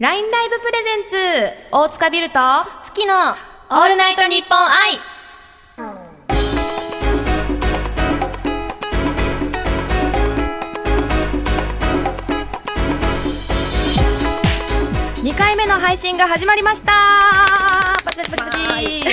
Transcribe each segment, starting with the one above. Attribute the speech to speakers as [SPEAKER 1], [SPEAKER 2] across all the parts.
[SPEAKER 1] LINE ライブプレゼンツ大塚ビルと
[SPEAKER 2] 月の
[SPEAKER 1] オールナイトニッポン愛2回目の配信が始まりましたパチパチパチパチ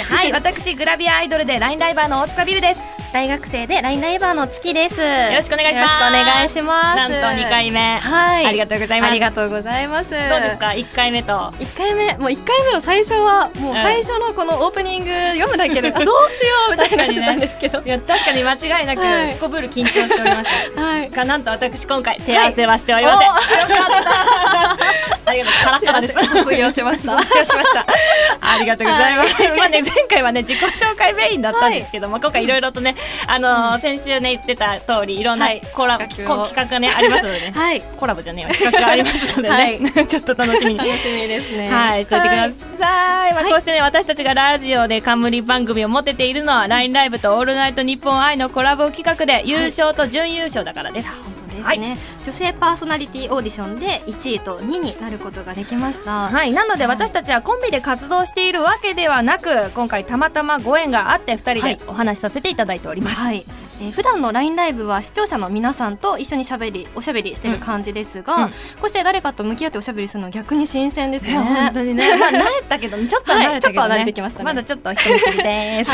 [SPEAKER 1] はい、私グラビアアイドルで LINE ライバーの大塚ビルです
[SPEAKER 2] 大学生でラインライバーの月です。よ
[SPEAKER 1] ろしくお願いします
[SPEAKER 2] よろしくお願いします。
[SPEAKER 1] なんと2回目
[SPEAKER 2] はい。
[SPEAKER 1] ありがとうございます
[SPEAKER 2] ありがとうございます。ど
[SPEAKER 1] どうですか1回目と
[SPEAKER 2] 一回目もう一回目の最初はもう
[SPEAKER 1] うん
[SPEAKER 2] 最初のこのオープニング読むだ けで、あどうしようみたいになってたんですけど、
[SPEAKER 1] いや確かに間違いな
[SPEAKER 2] はい
[SPEAKER 1] くすこぶる緊張しておりました
[SPEAKER 2] はい
[SPEAKER 1] がなんと私今回手合わせはしておりません、ありがとうカラッカラです
[SPEAKER 2] すいません卒業しました
[SPEAKER 1] 卒業しました ありがとうございます、まあね前回はね自己紹介メインだったんですけども、今回いろいろとねあのー先週ね言ってた通りいろんな
[SPEAKER 2] はい
[SPEAKER 1] コラボ、
[SPEAKER 2] 企
[SPEAKER 1] 企
[SPEAKER 2] 画を
[SPEAKER 1] 画がねありますのでね、
[SPEAKER 2] はい
[SPEAKER 1] コラボじゃねえわ企画がありますのでね、 ちょっと楽しみに
[SPEAKER 2] 楽しみですね。
[SPEAKER 1] はい、しといてください。まあ、
[SPEAKER 2] はい
[SPEAKER 1] こうしてね、私たちがラジオで冠番組を持てているのは、LINE ライブとオールナイトニッポン愛のコラボ企画で、優勝と準優勝だからです。
[SPEAKER 2] 本当ですね、
[SPEAKER 1] はい
[SPEAKER 2] 女性パーソナリティオーディションで1位と2位になることができました。
[SPEAKER 1] はい、なので私たちはコンビで活動しているわけではなく今回たまたまご縁があって2人
[SPEAKER 2] はい
[SPEAKER 1] でお話しさせていただいております。
[SPEAKER 2] はい、えー普段の LINE ライブは視聴者の皆さんと一緒にしゃべりおしゃべりしてる感じですが、
[SPEAKER 1] うんうん
[SPEAKER 2] こうして誰かと向き合っておしゃべりするの逆に新鮮です
[SPEAKER 1] いや本
[SPEAKER 2] ね。
[SPEAKER 1] 当にね、まあ、慣れたけどちょっとは慣れたけど、ね
[SPEAKER 2] はいちょっとは慣れてきましたね
[SPEAKER 1] だちょっと人見知りです、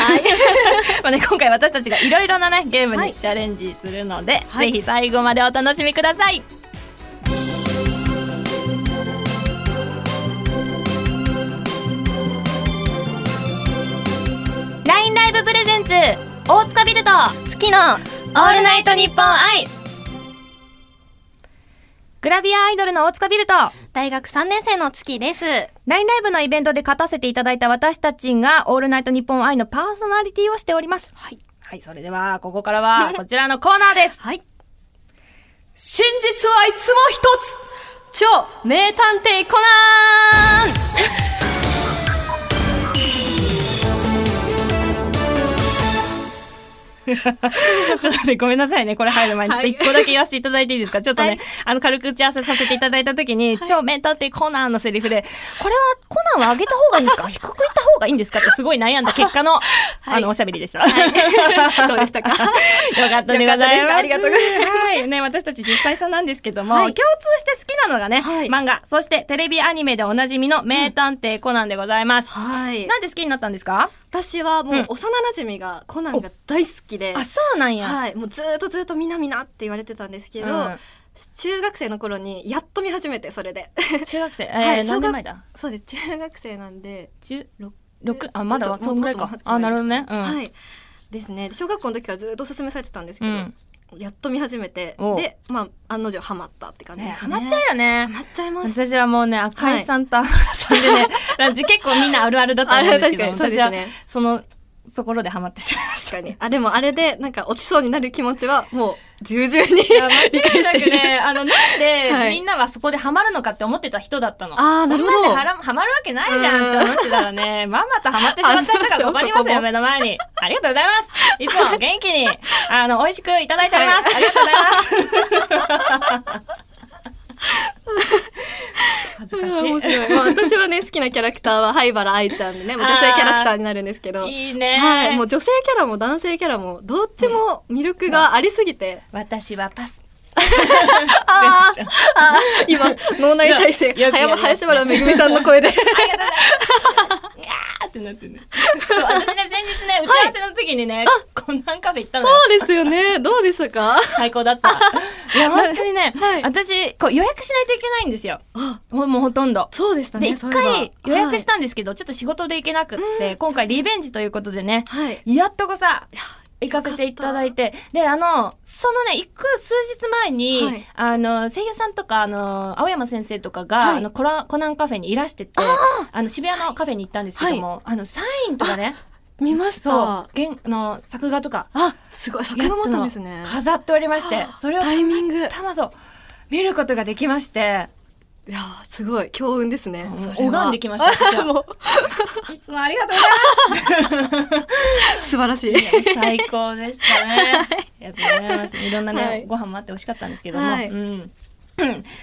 [SPEAKER 1] まあね、今回私たちがいろいろなねゲーム
[SPEAKER 2] は
[SPEAKER 1] に
[SPEAKER 2] い
[SPEAKER 1] チャレンジするので、
[SPEAKER 2] はい
[SPEAKER 1] ぜひ最後までお楽しみください、ラインライブプレゼンツ大塚ビルと
[SPEAKER 2] 月の
[SPEAKER 1] オールナイトニッポン愛グラビアアイドルの大塚ビルと
[SPEAKER 2] 大学3年生の月です。
[SPEAKER 1] ラインライブのイベントで勝たせていただいた私たちが、オールナイトニッポン愛のパーソナリティをしております。
[SPEAKER 2] はい。
[SPEAKER 1] はい、それでは、ここからは、こちらのコーナーです。
[SPEAKER 2] はい。
[SPEAKER 1] 真実はいつも一
[SPEAKER 2] 超名探偵コナン
[SPEAKER 1] つ ちょっとね、ごめんなさいね、これ入る前に、ちょっと一個だけ言わせていただいていいです か、ちょっとね、
[SPEAKER 2] はい
[SPEAKER 1] あの、軽く打ち合わせさせていただいたときに、超メンタってコナンのセリフで、これは、コナンは上げた方がいいんですか低くいった方がいいんですかってすごい悩んだ結果の、あの、おしゃべりでし た。
[SPEAKER 2] どうでしたか
[SPEAKER 1] よかったでござ
[SPEAKER 2] よか
[SPEAKER 1] いま
[SPEAKER 2] ったです
[SPEAKER 1] す。
[SPEAKER 2] かありがとうござい
[SPEAKER 1] ます。はい。ね、私たち実際さんなんですけども、
[SPEAKER 2] はい
[SPEAKER 1] 共通して好きなのがね、
[SPEAKER 2] はい
[SPEAKER 1] 漫画、そしてテレビアニメでおなじみの名探偵コナンでございます。
[SPEAKER 2] はい。
[SPEAKER 1] なんで好きになったんですか
[SPEAKER 2] 私はも
[SPEAKER 1] う
[SPEAKER 2] うん幼馴染がコナンが大好きで、
[SPEAKER 1] そうなん
[SPEAKER 2] はい。もうずーっとずーっとみなみなって言われてたんですけど、
[SPEAKER 1] うん
[SPEAKER 2] 中学生の頃にやっと見始めて、それで。
[SPEAKER 1] 中学生、え
[SPEAKER 2] はい
[SPEAKER 1] ー、
[SPEAKER 2] 小
[SPEAKER 1] 何
[SPEAKER 2] 学
[SPEAKER 1] 年前だ
[SPEAKER 2] そうです中学生なんで
[SPEAKER 1] 中
[SPEAKER 2] 六
[SPEAKER 1] 六あ、まだ
[SPEAKER 2] も
[SPEAKER 1] わ
[SPEAKER 2] っと
[SPEAKER 1] そんぐらい
[SPEAKER 2] もっ
[SPEAKER 1] か
[SPEAKER 2] ともっ。と
[SPEAKER 1] あ、なるほどね。うん。
[SPEAKER 2] はいですね小学校の時からずっとお勧めされてたんですけど、
[SPEAKER 1] うん
[SPEAKER 2] やっと見始めて
[SPEAKER 1] おう
[SPEAKER 2] でまあ案の定ハマったって感じ
[SPEAKER 1] ね、
[SPEAKER 2] です
[SPEAKER 1] ハ
[SPEAKER 2] ね
[SPEAKER 1] マっちゃうよね
[SPEAKER 2] ハ。マっちゃいます
[SPEAKER 1] 私はもうね、赤井さんとアムラさんでね、結構みんなあるあるだと思うんですけど、
[SPEAKER 2] あれ確かにそうで
[SPEAKER 1] 私
[SPEAKER 2] す
[SPEAKER 1] は
[SPEAKER 2] ね
[SPEAKER 1] その、ところでハマってしまいました。
[SPEAKER 2] 確かにあでもあれでなんか落ちそうになる気持ちはもう重々に
[SPEAKER 1] いや間違
[SPEAKER 2] 理解して
[SPEAKER 1] いなく
[SPEAKER 2] いる
[SPEAKER 1] ね、あの、なんで、
[SPEAKER 2] はい
[SPEAKER 1] みんなはそこでハマるのかって思ってた人だったの。
[SPEAKER 2] あーなるほど
[SPEAKER 1] そんなんでハラハマるわけないじゃんって思ってたらね、まんまとハマってしまった人が困りま
[SPEAKER 2] あそう
[SPEAKER 1] すよ、
[SPEAKER 2] そう
[SPEAKER 1] 目の前に。ありがとうございます。いつも元気に、あの、美味しくいただいてお ります。ありがとうございます。 恥ずかしい
[SPEAKER 2] 面。白い、まあ、私はね好きなキャラクターは灰原愛ちゃんでねもう女性キャラクターになるんですけど
[SPEAKER 1] いいね、
[SPEAKER 2] はい、もう女性キャラも男性キャラもどっちも魅力がありすぎて、
[SPEAKER 1] 私はパス。
[SPEAKER 2] あーあー今脳内再生
[SPEAKER 1] いやよくやりますね
[SPEAKER 2] 林原めぐみさんの声 で
[SPEAKER 1] あーってなってね。 そう私ね、先日ね、打ち合わせの時にね、コナンカフェ行ったのよ。
[SPEAKER 2] そうですよねどうでした か
[SPEAKER 1] 最高だった。 いや、本当にね、
[SPEAKER 2] はい
[SPEAKER 1] 私、こう予約しないといけないんですよ。もうもうほとんど。
[SPEAKER 2] そうでした
[SPEAKER 1] で、
[SPEAKER 2] ね
[SPEAKER 1] 一
[SPEAKER 2] そういえば
[SPEAKER 1] 回予約し
[SPEAKER 2] は
[SPEAKER 1] たんですけど、ちょっと仕事で行けなくって、今回リベンジということでね、
[SPEAKER 2] い、はい
[SPEAKER 1] やっとこさ、行かせていただいて、で、あの、そのね、行く数日前に、
[SPEAKER 2] はい
[SPEAKER 1] あの、声優さんとか、あの、青山先生とかが、
[SPEAKER 2] はい
[SPEAKER 1] あのコラ、コナンカフェにいらしてて、あの、渋谷のカフェに行ったんですけども、あの、サインとかね、
[SPEAKER 2] 見まし
[SPEAKER 1] そう
[SPEAKER 2] た、
[SPEAKER 1] 原あの、作画とか、
[SPEAKER 2] あすごい作画もあったんですね
[SPEAKER 1] 飾っておりまして、それを
[SPEAKER 2] タイミングいや
[SPEAKER 1] たまと見ることができまして、
[SPEAKER 2] ーすごい強運ですねそれは
[SPEAKER 1] 拝んできました、私 は。いつもありがとうございま
[SPEAKER 2] 素晴ら しい
[SPEAKER 1] す。最高でしたね。ありがとうございます。いろんなね、
[SPEAKER 2] はい
[SPEAKER 1] ご飯もあって美味しかったんですけども、
[SPEAKER 2] はい
[SPEAKER 1] うん。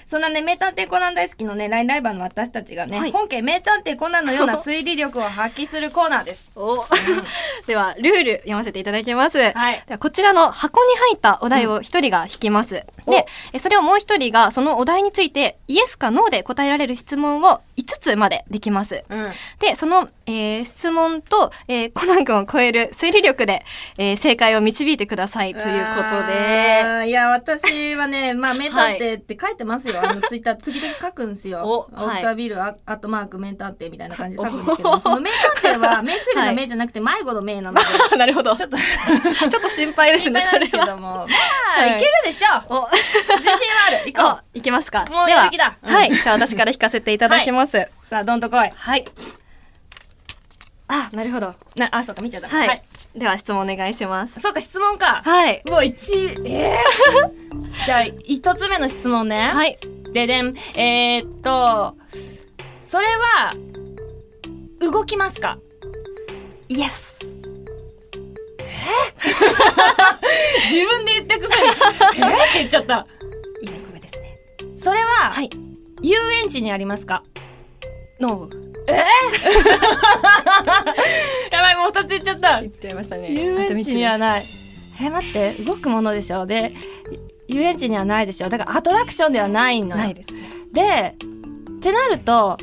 [SPEAKER 1] そんなね、名探偵コナン大好きのね、ラインライバーの私たちがね、
[SPEAKER 2] はい
[SPEAKER 1] 本家名探偵コナン のような推理力を発揮するコーナーです。
[SPEAKER 2] お では、ルール読ませていただきます。
[SPEAKER 1] はい
[SPEAKER 2] ではこちらの箱に入ったお題を一人が引きます。
[SPEAKER 1] うん
[SPEAKER 2] で、えそれをもう一人がそのお題について、イエスかノーで答えられる質問を5つまでできます。
[SPEAKER 1] うん。
[SPEAKER 2] で、その、えー質問と、えーコナン君を超える推理力で、えー正解を導いてくださいということで。
[SPEAKER 1] あーいや、私 はね、まあ、名探偵って書いてますよ。あの、ツイッター時々書くんですよ。
[SPEAKER 2] お
[SPEAKER 1] 大
[SPEAKER 2] は
[SPEAKER 1] 塚
[SPEAKER 2] い
[SPEAKER 1] ビール、あアットマーク名探偵みたいな感じで書くんですけど、その名探偵は、名推理の名じゃなくて、迷子の名なので、
[SPEAKER 2] なるほど。
[SPEAKER 1] ち
[SPEAKER 2] ち
[SPEAKER 1] ょ
[SPEAKER 2] ょ
[SPEAKER 1] っと、
[SPEAKER 2] っと心配です
[SPEAKER 1] 心
[SPEAKER 2] ね、
[SPEAKER 1] 配な
[SPEAKER 2] そ
[SPEAKER 1] んで
[SPEAKER 2] れ
[SPEAKER 1] すけ
[SPEAKER 2] は。
[SPEAKER 1] ど も、まあ、
[SPEAKER 2] はい
[SPEAKER 1] いけるでしょう
[SPEAKER 2] お、
[SPEAKER 1] 自信はあ る。行こ
[SPEAKER 2] おいきますか。
[SPEAKER 1] もう
[SPEAKER 2] で
[SPEAKER 1] やる
[SPEAKER 2] は
[SPEAKER 1] 気だうん
[SPEAKER 2] はい。じゃあ私から引かせていただき ます。
[SPEAKER 1] う。さあ、どんと来い。
[SPEAKER 2] はい。あ、なるほど。
[SPEAKER 1] な、あ、そうか、見ちゃった。
[SPEAKER 2] はい。。では質問お願いします。
[SPEAKER 1] そうか、質問か。
[SPEAKER 2] はい。
[SPEAKER 1] うわ、1位。 えーじゃあ、一つ目の質問ね。
[SPEAKER 2] はい。
[SPEAKER 1] ででん。えー、っと、それは、動きますか
[SPEAKER 2] イエス。
[SPEAKER 1] 自分で言った くせに、えー、って言っちゃった。
[SPEAKER 2] いい個目ですね。
[SPEAKER 1] それは、
[SPEAKER 2] はい。
[SPEAKER 1] 遊園地にありますか
[SPEAKER 2] ノー。
[SPEAKER 1] やばい、もう二つ言っちゃった。
[SPEAKER 2] 言っちゃいましたね
[SPEAKER 1] 遊園地には
[SPEAKER 2] あ
[SPEAKER 1] ない。えー、待って、動くものでしょで、遊園地にはないでしょだからアトラクションではない
[SPEAKER 2] と3
[SPEAKER 1] の
[SPEAKER 2] つ
[SPEAKER 1] よ
[SPEAKER 2] ないですね。
[SPEAKER 1] で、ってなると、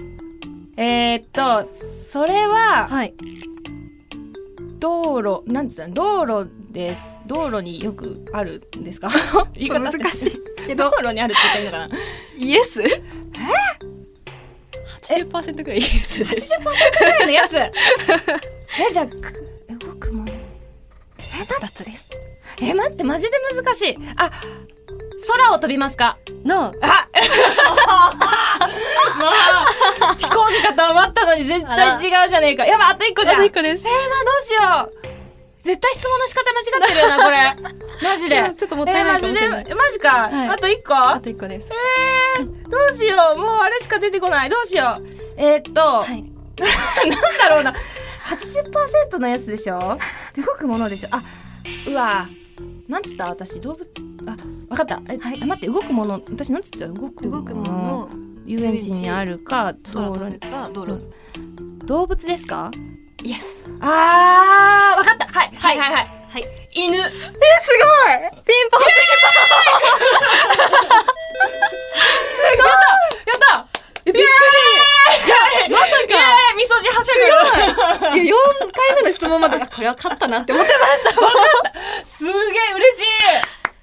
[SPEAKER 1] えー、っと、それは、
[SPEAKER 2] はい。
[SPEAKER 1] 道路、なんつうの、道路です。道路によくあるんですか 言い方
[SPEAKER 2] 難しい。
[SPEAKER 1] い。道路にあるって言ってんのかな
[SPEAKER 2] イエス？え？八十パーセントくらいイエスです。
[SPEAKER 1] のやつ え、じゃあ、く動くもの。
[SPEAKER 2] 二つです。
[SPEAKER 1] え、待って、マジで難しい。あ、空を飛びますか
[SPEAKER 2] ノー。
[SPEAKER 1] あもう 飛行機かと思ったのに絶対違うじゃねえか。やばい、あと一個じゃん。
[SPEAKER 2] 一個です。
[SPEAKER 1] えー、まあどうしよう絶対質問の仕方間違ってるよな これマジで
[SPEAKER 2] いやちょっともったいないかもしれない
[SPEAKER 1] えーマジでマジか、
[SPEAKER 2] はい
[SPEAKER 1] あと1個
[SPEAKER 2] あと一個です。
[SPEAKER 1] えー、どうしようもうあれしか出てこないどうしようえー、っと、
[SPEAKER 2] はい。
[SPEAKER 1] なんだろうな80%のやつでしょ動くものでしょあうわなんつった私動物あわかったえ、
[SPEAKER 2] はい
[SPEAKER 1] あ待って動くもの私なんつった動く
[SPEAKER 2] 動くもの、
[SPEAKER 1] 遊園地にあるか
[SPEAKER 2] 空
[SPEAKER 1] 道
[SPEAKER 2] 飛ぶ
[SPEAKER 1] 路
[SPEAKER 2] か道路。
[SPEAKER 1] 動物ですか
[SPEAKER 2] イエス。
[SPEAKER 1] あーわかったはいはいはいはい
[SPEAKER 2] はい。
[SPEAKER 1] 犬
[SPEAKER 2] えすごい。ピンポン。
[SPEAKER 1] やったびっくりまさか味噌汁はしゃぐ
[SPEAKER 2] いや四回目の質問まであこれは勝ったなって思ってました。
[SPEAKER 1] すげえ嬉し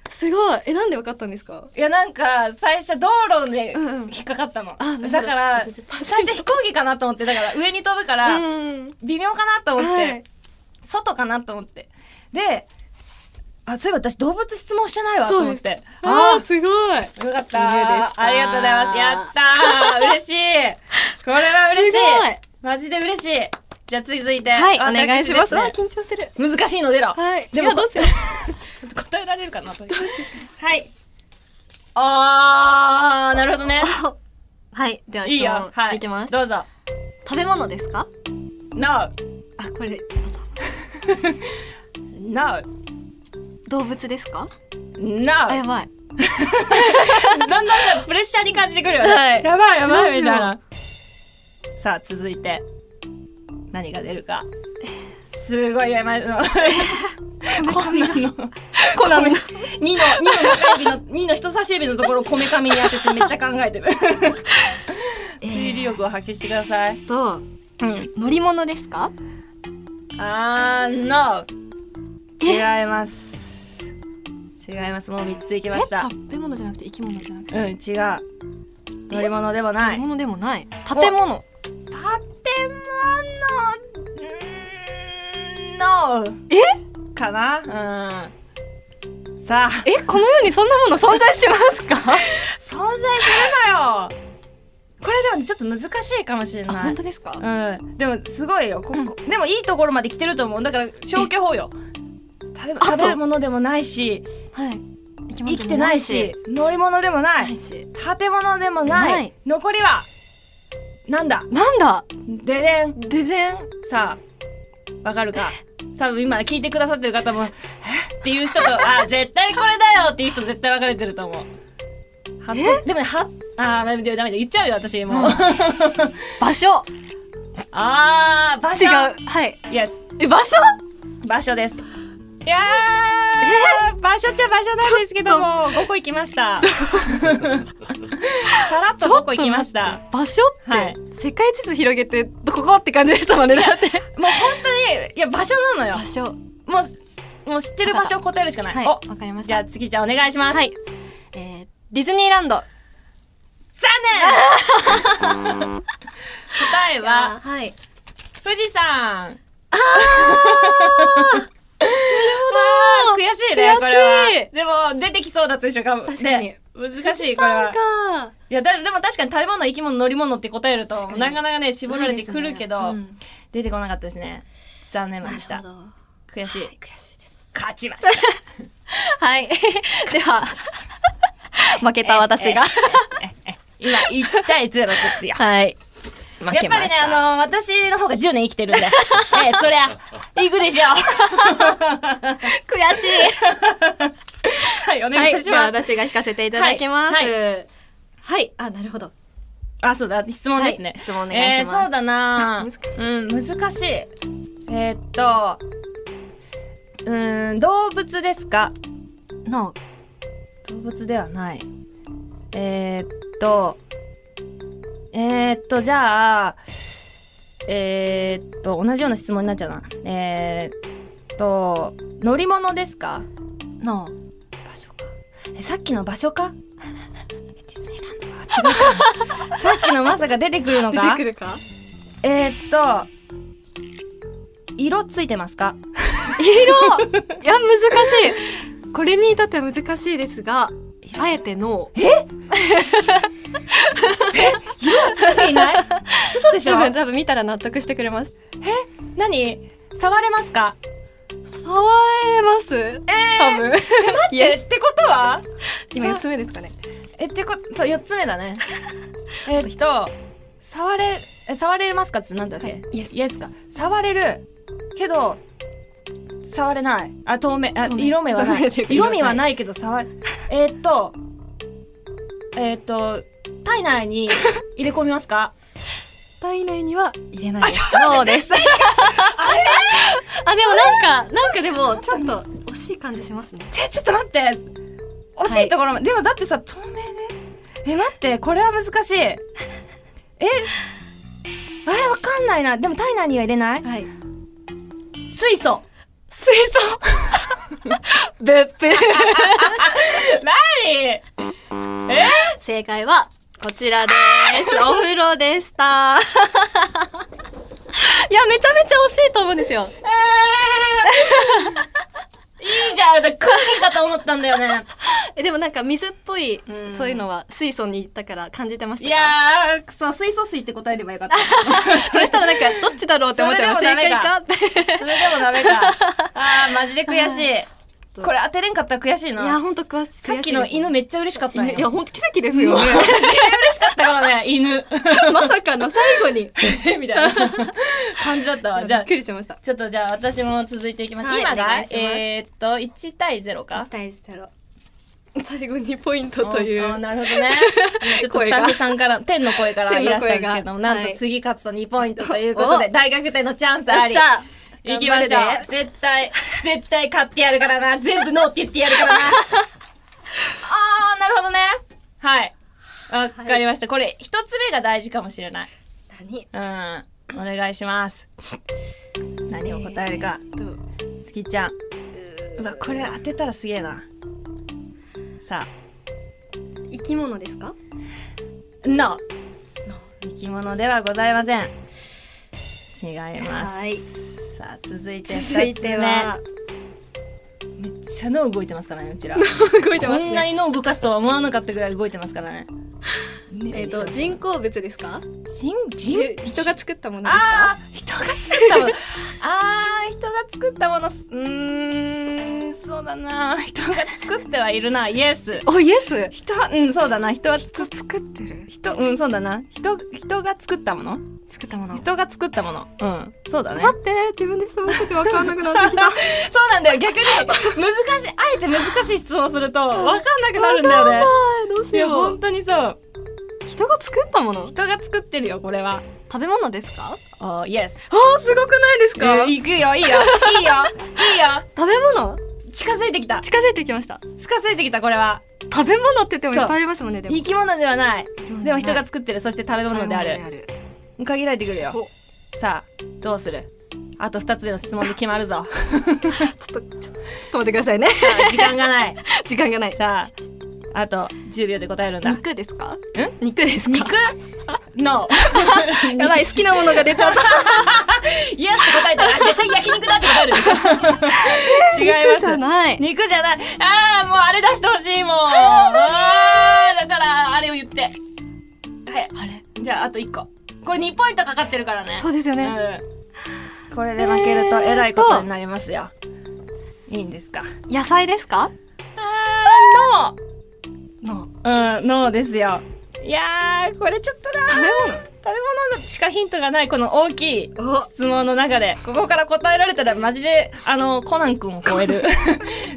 [SPEAKER 2] すごい。えなんでわかったんですか？
[SPEAKER 1] いいやなんか最初道路で
[SPEAKER 2] んうん
[SPEAKER 1] 引っかかったの、
[SPEAKER 2] あなるほど
[SPEAKER 1] だから
[SPEAKER 2] 80%
[SPEAKER 1] 最初飛行機かなと思ってだから上に飛ぶから、
[SPEAKER 2] ん。
[SPEAKER 1] 微妙かなと思って、
[SPEAKER 2] はい
[SPEAKER 1] 外かなと思ってであそういえば私動物質問してないわと
[SPEAKER 2] そう
[SPEAKER 1] 思
[SPEAKER 2] で
[SPEAKER 1] っ
[SPEAKER 2] す
[SPEAKER 1] て
[SPEAKER 2] あ
[SPEAKER 1] あ
[SPEAKER 2] ーすごい。
[SPEAKER 1] ーよかっ
[SPEAKER 2] 夢で
[SPEAKER 1] た
[SPEAKER 2] した
[SPEAKER 1] ありがとうございますやったー嬉しいこれは嬉しい
[SPEAKER 2] すごい
[SPEAKER 1] マジで嬉しいじゃあ続いて
[SPEAKER 2] はい、
[SPEAKER 1] 私
[SPEAKER 2] お願いします。
[SPEAKER 1] でね
[SPEAKER 2] わ緊張する。
[SPEAKER 1] 難しいの出ろ。
[SPEAKER 2] はい。
[SPEAKER 1] でも
[SPEAKER 2] いやどうしよ
[SPEAKER 1] 答えられるかな と。はい。あー、なるほどね。
[SPEAKER 2] う。はい、ではい
[SPEAKER 1] い
[SPEAKER 2] 質
[SPEAKER 1] よ
[SPEAKER 2] 問。
[SPEAKER 1] はい。
[SPEAKER 2] いきます。
[SPEAKER 1] どうぞ。
[SPEAKER 2] 食べ物ですか？
[SPEAKER 1] No。
[SPEAKER 2] あ、これ
[SPEAKER 1] No。
[SPEAKER 2] 動物ですか？
[SPEAKER 1] No。
[SPEAKER 2] あ、やばい。
[SPEAKER 1] だんだんだんプレッシャーに感じてくるよね。
[SPEAKER 2] はい
[SPEAKER 1] やばいやば
[SPEAKER 2] どうしよ
[SPEAKER 1] いうみたいな。さあ、続いて。何が出るか。すごい、やばいの。こんなの。こんなの。2の、2の中指の、2の人 差し指のところをこめかみに当ててめっちゃ考えてる。
[SPEAKER 2] え
[SPEAKER 1] 推
[SPEAKER 2] ー
[SPEAKER 1] 理力を発揮してください。
[SPEAKER 2] と
[SPEAKER 1] うん。
[SPEAKER 2] 乗り物ですか？
[SPEAKER 1] あー、no!
[SPEAKER 2] え
[SPEAKER 1] 違います。違います。もう3ついきま
[SPEAKER 2] え、
[SPEAKER 1] した。
[SPEAKER 2] 食べ物じゃなくて生き物じゃなくて
[SPEAKER 1] うん、違う。乗り物でもな
[SPEAKER 2] 食べ
[SPEAKER 1] い。
[SPEAKER 2] 物でもない。建物。
[SPEAKER 1] 建物、うーん、no! えかなうん。さあ、
[SPEAKER 2] え、この世にそんなもの存在しますか？
[SPEAKER 1] 存在するのよこれでもね、ちょっと難しいかもしれ
[SPEAKER 2] あ、
[SPEAKER 1] な
[SPEAKER 2] 本
[SPEAKER 1] い。
[SPEAKER 2] 当ですか？
[SPEAKER 1] うん。でも、すごいよ。ここでも、いいところまで来てると思う。だから、消去法よ。食べ
[SPEAKER 2] と
[SPEAKER 1] 食べるものでもないし、
[SPEAKER 2] はい。生き物
[SPEAKER 1] 生きてないし。乗り物でもな
[SPEAKER 2] ないいし。
[SPEAKER 1] 建物でもない
[SPEAKER 2] ない
[SPEAKER 1] 残りはなんだ
[SPEAKER 2] なんだ。
[SPEAKER 1] ででん
[SPEAKER 2] ででん。
[SPEAKER 1] さあわかるか多分今聞いてくださってる方も「えっ?」ていう人と「あ絶対これだよ」っていう人絶対分かれてると思う。はっとでもねはっあーまあでもダメだ言っちゃうよ私もう、
[SPEAKER 2] 場所
[SPEAKER 1] あー場所
[SPEAKER 2] 違うはい
[SPEAKER 1] イエス
[SPEAKER 2] え場所
[SPEAKER 1] 場所ですいやー場所っちゃ場所なんですけども5個行きました さらっと5個行きました
[SPEAKER 2] 場所って、
[SPEAKER 1] はい
[SPEAKER 2] 世界地図広げてどこかって感じでしたもんねだって
[SPEAKER 1] もう本当にいや場所なのよ
[SPEAKER 2] 場所
[SPEAKER 1] もうもう知ってる場所を答えるしかない、
[SPEAKER 2] はい
[SPEAKER 1] お
[SPEAKER 2] わかりまし
[SPEAKER 1] じ
[SPEAKER 2] た
[SPEAKER 1] ゃあ月ちゃんお願いします、
[SPEAKER 2] はい、えー、ディズニーランド
[SPEAKER 1] 残 念答えは
[SPEAKER 2] はい
[SPEAKER 1] 富士山
[SPEAKER 2] なるほど
[SPEAKER 1] 悔しいね
[SPEAKER 2] 悔しい
[SPEAKER 1] これはでも出てきそうだったでしょかも
[SPEAKER 2] 確かに
[SPEAKER 1] ね難しいこれは
[SPEAKER 2] か
[SPEAKER 1] いやだでも確かに食べ物生き物乗り物って答えると
[SPEAKER 2] 確かに
[SPEAKER 1] なかなかね絞られてくるけど、
[SPEAKER 2] ないですね
[SPEAKER 1] 出てこなかったですね残念
[SPEAKER 2] うんな
[SPEAKER 1] で
[SPEAKER 2] る
[SPEAKER 1] した
[SPEAKER 2] ほど
[SPEAKER 1] 悔しい
[SPEAKER 2] 悔しいです
[SPEAKER 1] 勝ちました
[SPEAKER 2] はい では負けた私が
[SPEAKER 1] 今1対0ですよ
[SPEAKER 2] はい 負
[SPEAKER 1] やっぱりね、あの私の方が10年生きてるんで。 ええそりゃ、行くでしょう。
[SPEAKER 2] 悔しい
[SPEAKER 1] はい、お
[SPEAKER 2] は
[SPEAKER 1] 願い
[SPEAKER 2] い、
[SPEAKER 1] し
[SPEAKER 2] じゃあ
[SPEAKER 1] ます。
[SPEAKER 2] 私が引かせていただきます。は、
[SPEAKER 1] はいい
[SPEAKER 2] あ、なるほど。
[SPEAKER 1] あ、そうだ、質問ですね。
[SPEAKER 2] はい質問お願いします
[SPEAKER 1] えーそうだな
[SPEAKER 2] 難し
[SPEAKER 1] うん、難しい。えーっと、うーん、動物ですか
[SPEAKER 2] の、
[SPEAKER 1] 動物ではない。えーっと、えーっと、じゃあ、えーっと、同じような質問になっちゃうな。えーっと、乗り物ですか
[SPEAKER 2] の、
[SPEAKER 1] 場所かえさっきの場所か えディズニーランドは違 うかさっきのまさか出てくるのか
[SPEAKER 2] るか。
[SPEAKER 1] えー、っと色ついてます か
[SPEAKER 2] 色、いや難しい。これに至っては難しいですが、あえての、
[SPEAKER 1] ついていない嘘でしょ
[SPEAKER 2] 多分多分見たら納得してくれます。
[SPEAKER 1] 何触れますか
[SPEAKER 2] 触れます。え多 分。イ
[SPEAKER 1] え
[SPEAKER 2] エス
[SPEAKER 1] ってことは
[SPEAKER 2] 今四つ目ですかね。
[SPEAKER 1] えってことそう4つ目だ ねえっと触れえ触れますかってなんだっけ、
[SPEAKER 2] はいイエス
[SPEAKER 1] イエスか触れるけど触れないあ透明あ
[SPEAKER 2] 透明
[SPEAKER 1] 色目はな
[SPEAKER 2] 透明
[SPEAKER 1] い
[SPEAKER 2] っていうか
[SPEAKER 1] 色味はないけど触れえーっとえーっと体内に入れ込みますか
[SPEAKER 2] 体内には入れないです。のです。あれあ、でもなんか、なんかでも、ちょっと惜しい感じしますね。
[SPEAKER 1] えちょっと待って惜しいところまで、でもだってさ透明でえ待ってこれは難しいええわかんないなでも体内には入れない
[SPEAKER 2] はい。
[SPEAKER 1] 水素
[SPEAKER 2] 水槽 別府
[SPEAKER 1] 何
[SPEAKER 2] 正解はこちら です。お風呂でした。いや、めちゃめちゃ惜しいと思うんですよ。
[SPEAKER 1] いいじゃんだからクッキーかと思ったんだよ ね。
[SPEAKER 2] えでもなんか水っぽい、
[SPEAKER 1] うん
[SPEAKER 2] そういうのは水素に行ったから感じてました
[SPEAKER 1] い
[SPEAKER 2] か
[SPEAKER 1] やー、くそ、水素水って答えればよかった。
[SPEAKER 2] そしたらなんかどっちだろうって思っちゃいます。
[SPEAKER 1] それ
[SPEAKER 2] 正
[SPEAKER 1] でも
[SPEAKER 2] 解か
[SPEAKER 1] ダ
[SPEAKER 2] って。
[SPEAKER 1] それでもダメか。あー、マジで悔しい。
[SPEAKER 2] はい
[SPEAKER 1] これ当てれんかったら悔しい
[SPEAKER 2] い
[SPEAKER 1] な。
[SPEAKER 2] や、ほんと詳しい。
[SPEAKER 1] さっきの犬
[SPEAKER 2] め
[SPEAKER 1] めっちゃ嬉しかったんよ
[SPEAKER 2] いや、ほんと奇跡ですよね。
[SPEAKER 1] 嬉しかったから ね、犬。
[SPEAKER 2] まさかの最後に。
[SPEAKER 1] みたいな感じだった わ。じ
[SPEAKER 2] び
[SPEAKER 1] ゃ
[SPEAKER 2] っ
[SPEAKER 1] あ、
[SPEAKER 2] くりしました。
[SPEAKER 1] ちょっとじゃあ私も続いていきます。
[SPEAKER 2] はい
[SPEAKER 1] 今
[SPEAKER 2] お願
[SPEAKER 1] が
[SPEAKER 2] いし、ます
[SPEAKER 1] えー、っと、1対0か。
[SPEAKER 2] 大事だろう最後にポイントとい
[SPEAKER 1] あー
[SPEAKER 2] う。
[SPEAKER 1] なるほ どね。ちょっと
[SPEAKER 2] 声
[SPEAKER 1] ス
[SPEAKER 2] が
[SPEAKER 1] タッフさんから、天の声からいらしたんですけ
[SPEAKER 2] 天の
[SPEAKER 1] ど
[SPEAKER 2] 声が
[SPEAKER 1] も、なん
[SPEAKER 2] はい
[SPEAKER 1] と次勝つと2ポイントということで、
[SPEAKER 2] お
[SPEAKER 1] 大学でのチャンス
[SPEAKER 2] よ
[SPEAKER 1] あ
[SPEAKER 2] っ
[SPEAKER 1] り
[SPEAKER 2] し。ゃ
[SPEAKER 1] 行きましょ
[SPEAKER 2] 頑張
[SPEAKER 1] う。絶対、絶対買ってやるからな。全部ノーって言ってやるから な。あー、なるほどね。はい。わかりました。これ、一つ目が大事かもしれない。
[SPEAKER 2] るで
[SPEAKER 1] うん。お願いします。何を答えるか。
[SPEAKER 2] 何と
[SPEAKER 1] すきちゃん。うわ、これ当てたらすげえな。さ
[SPEAKER 2] 生き物ですか
[SPEAKER 1] あ、NO! 生き物ではございません。違います。
[SPEAKER 2] はい
[SPEAKER 1] さあ、続いて
[SPEAKER 2] 続い
[SPEAKER 1] 二つ
[SPEAKER 2] て
[SPEAKER 1] 目。
[SPEAKER 2] は
[SPEAKER 1] めっちゃ脳動いてますからね、うちら。
[SPEAKER 2] 動いてます
[SPEAKER 1] こんな
[SPEAKER 2] ね
[SPEAKER 1] に脳動かすとは思わなかったぐらい動いてますからね。
[SPEAKER 2] えっと人工物ですか
[SPEAKER 1] 人
[SPEAKER 2] じゅ
[SPEAKER 1] 人
[SPEAKER 2] 人が作ったものですか
[SPEAKER 1] あー人が作ったもの あー人が作ったものうーんそうだな人が作ってはいるなイエス
[SPEAKER 2] おイエス
[SPEAKER 1] 人うんそうだな人は作
[SPEAKER 2] 作ってる
[SPEAKER 1] 人うんそうだな人人が作ったもの
[SPEAKER 2] 作ったもの
[SPEAKER 1] 人が作ったものうんそうだね
[SPEAKER 2] 待って自分で質問してて分かんなくなってきた
[SPEAKER 1] そうなんだよ逆に難しいあえて難しい質問すると分かんなくなるんだよね
[SPEAKER 2] どううし
[SPEAKER 1] いや
[SPEAKER 2] よ
[SPEAKER 1] 本
[SPEAKER 2] う
[SPEAKER 1] 当にそう
[SPEAKER 2] 人が作ったもの
[SPEAKER 1] 人が作ってるよこれは
[SPEAKER 2] 食べ物ですか
[SPEAKER 1] あーイエス
[SPEAKER 2] あすごくないです
[SPEAKER 1] えー行くよいいよいいよいいよ
[SPEAKER 2] 食べ物
[SPEAKER 1] 近づいてきた
[SPEAKER 2] 近づいてきました
[SPEAKER 1] 近づいてきたこれは
[SPEAKER 2] 食べ物って言ってもいっぱいありますもんねでも
[SPEAKER 1] 生き物ではないでも人が
[SPEAKER 2] 食
[SPEAKER 1] 作ってるそして食べ物である限られてくるよさあどうするあと2つでの質問で決まる ぞ
[SPEAKER 2] ちょ
[SPEAKER 1] さ
[SPEAKER 2] っとちょっとちょっと待ってくださいね
[SPEAKER 1] あ時間がない
[SPEAKER 2] 時間がない
[SPEAKER 1] さああと10秒で答えるんだ
[SPEAKER 2] 肉ですか肉ですか
[SPEAKER 1] 肉 No
[SPEAKER 2] や ばい好きなものが出ちゃった
[SPEAKER 1] イエスって答えたら絶対焼肉だって答え るでしょ違いま
[SPEAKER 2] 肉じ
[SPEAKER 1] す
[SPEAKER 2] ゃない
[SPEAKER 1] 肉じゃないああもうあれ出してほしいもん あーだからあれを言ってはい
[SPEAKER 2] あれ
[SPEAKER 1] じゃああと1個これ2ポイントかかってるからね
[SPEAKER 2] そうですよね
[SPEAKER 1] うん、これで負けるとえらいことになりますよ、いいんですか
[SPEAKER 2] 野菜ですか
[SPEAKER 1] あ
[SPEAKER 2] の
[SPEAKER 1] ーノーうんノーですよいやーこれちょっとな
[SPEAKER 2] 食べ
[SPEAKER 1] 食べ物しかヒントがないこの大きい
[SPEAKER 2] 物
[SPEAKER 1] 質問の中でここから答えられたらマジであのコナン君を 超える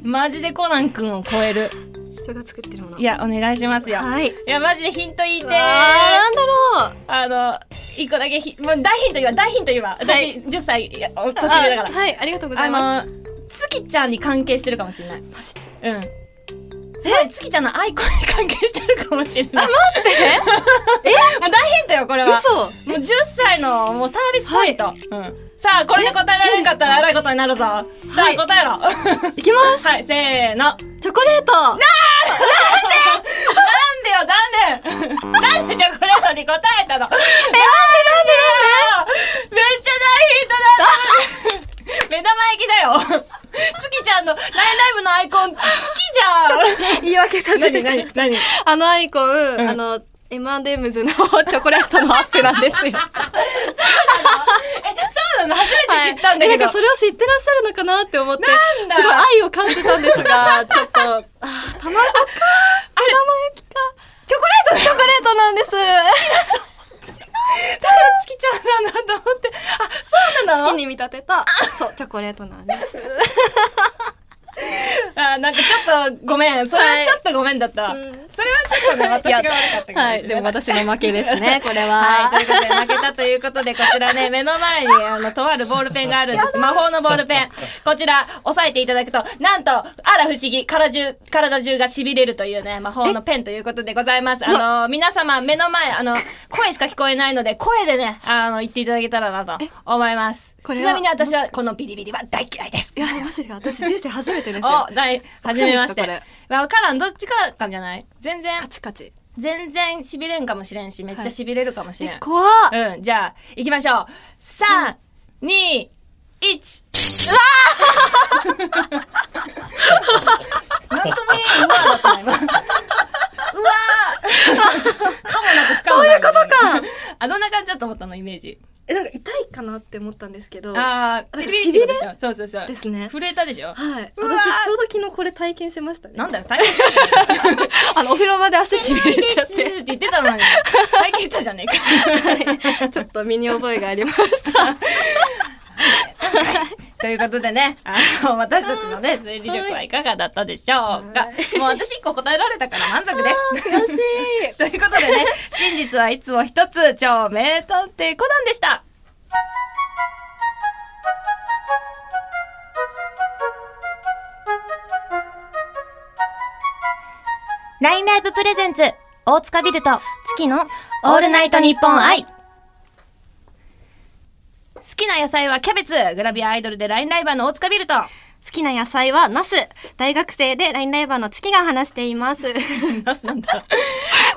[SPEAKER 1] マジでコナン君を超える
[SPEAKER 2] 人が作ってるもの
[SPEAKER 1] いやお願いしますよ
[SPEAKER 2] はい
[SPEAKER 1] いやマジでヒント言いてー
[SPEAKER 2] わあなんだろう
[SPEAKER 1] あの一個だけひもう大ヒント言わ大ヒント言わ私、
[SPEAKER 2] はい
[SPEAKER 1] 10歳いやお年上だから
[SPEAKER 2] あはいありがとうございます
[SPEAKER 1] あの月ちゃんに関係してるかもしれない
[SPEAKER 2] マジで
[SPEAKER 1] うんすごい月ちゃんのアイコンに関係してるかもしれないもう大ヒントよこれ は
[SPEAKER 2] 嘘
[SPEAKER 1] もう10歳のもうサービスポイント、うんさあこれで答えられなかったらえらいことになるぞさあ、
[SPEAKER 2] はい
[SPEAKER 1] 答えろ
[SPEAKER 2] いきます
[SPEAKER 1] はいせーのなんで
[SPEAKER 2] チョコレート
[SPEAKER 1] よなんでなんでチョコレートに答えたのえなんでなんでなんでめっちゃ大ヒントだったのに目玉焼きだよ月ちゃんの「ラインライブ!」のアイコン月じゃん
[SPEAKER 2] 言い訳させてください
[SPEAKER 1] 何
[SPEAKER 2] あのアイコン、あの、エマンデムズの チョコレートのアップなんですよ。
[SPEAKER 1] そうなの初めて知ったんだ
[SPEAKER 2] は
[SPEAKER 1] け
[SPEAKER 2] いな
[SPEAKER 1] ど、
[SPEAKER 2] んかそれを 知ってらっしゃるのかなって思って、
[SPEAKER 1] なんだ
[SPEAKER 2] すごい愛を感じたん ですが、ちょっと、あー、卵か、卵焼きか。チョコレートチョコレートなんです。
[SPEAKER 1] だから月ちゃんなんだと思ってあそうなの
[SPEAKER 2] 好きに見立てた、 そう、チョコレートなんです。
[SPEAKER 1] あなんかちょっとごめんそれはちょっとごめんだった、
[SPEAKER 2] いうん
[SPEAKER 1] それはちょっとね 私が悪かったかもしれな
[SPEAKER 2] はいい、でも私の負けです ね、これは。
[SPEAKER 1] はい、ということで負けたということで、こちら ね、目の前に、あの、とあるボールペンがあるんです。魔法のボールペン。こちら、押さえていただくと、なんと、あら不思議、体中、体中が痺れるというね、魔法のペンということでございます。あの、皆様、目の前、あの、声しか聞こえないので、声でね、あの、言っていただけたらなと思います。
[SPEAKER 2] これ
[SPEAKER 1] ち
[SPEAKER 2] は
[SPEAKER 1] なみに私は、このビリビリは大嫌いです。
[SPEAKER 2] いや、マジで私人生初めてですよ
[SPEAKER 1] お、。大、はじめまし
[SPEAKER 2] 奥さんで
[SPEAKER 1] て
[SPEAKER 2] すか。
[SPEAKER 1] わからん、どっちかかんじゃない全然
[SPEAKER 2] カ、チカチ。
[SPEAKER 1] 全然痺れんかもしれんし、めっちゃ痺れるかもしれん。
[SPEAKER 2] え、怖っ。
[SPEAKER 1] うん、じゃあ、行きましょう。三、二、一。うわーなんとも言えん、うわーだったな今。うわー かもなく不可もなく。そういうことか。あ、どんな感じだと思ったの、イメージ。
[SPEAKER 2] え、なんか痛いかなって思ったんですけど、は
[SPEAKER 1] あー、
[SPEAKER 2] なんか
[SPEAKER 1] ビビってことでしょそうそうそう。
[SPEAKER 2] ですね
[SPEAKER 1] 震えたでしょ
[SPEAKER 2] い。
[SPEAKER 1] うわ
[SPEAKER 2] 私ちょうど昨日これ体験しましたね。
[SPEAKER 1] なんだよ、体験した
[SPEAKER 2] あの、お風呂場で足しびれちゃっ
[SPEAKER 1] って
[SPEAKER 2] て、
[SPEAKER 1] って言ってたのに。体験したじゃねえか。
[SPEAKER 2] ちょっと身に覚えがありました。
[SPEAKER 1] ということでね、あの、私たちのね、推理力はいかがだったでしょうか。もう私一個答えられたから満足です。
[SPEAKER 2] 悔しい。
[SPEAKER 1] ということで ね、真実はいつも一つ、超名探偵コナンでした。
[SPEAKER 3] ラインライブプレゼンツ、大塚ビルと
[SPEAKER 2] 月の
[SPEAKER 1] オールナイトニッポン愛。好きな野菜はキャベツ、グラビアアイドルでラインライバーの大塚 ビルと、
[SPEAKER 2] 好きな野菜はナス。大学生でラインライバーの月が話しています。
[SPEAKER 1] ナスなん だ。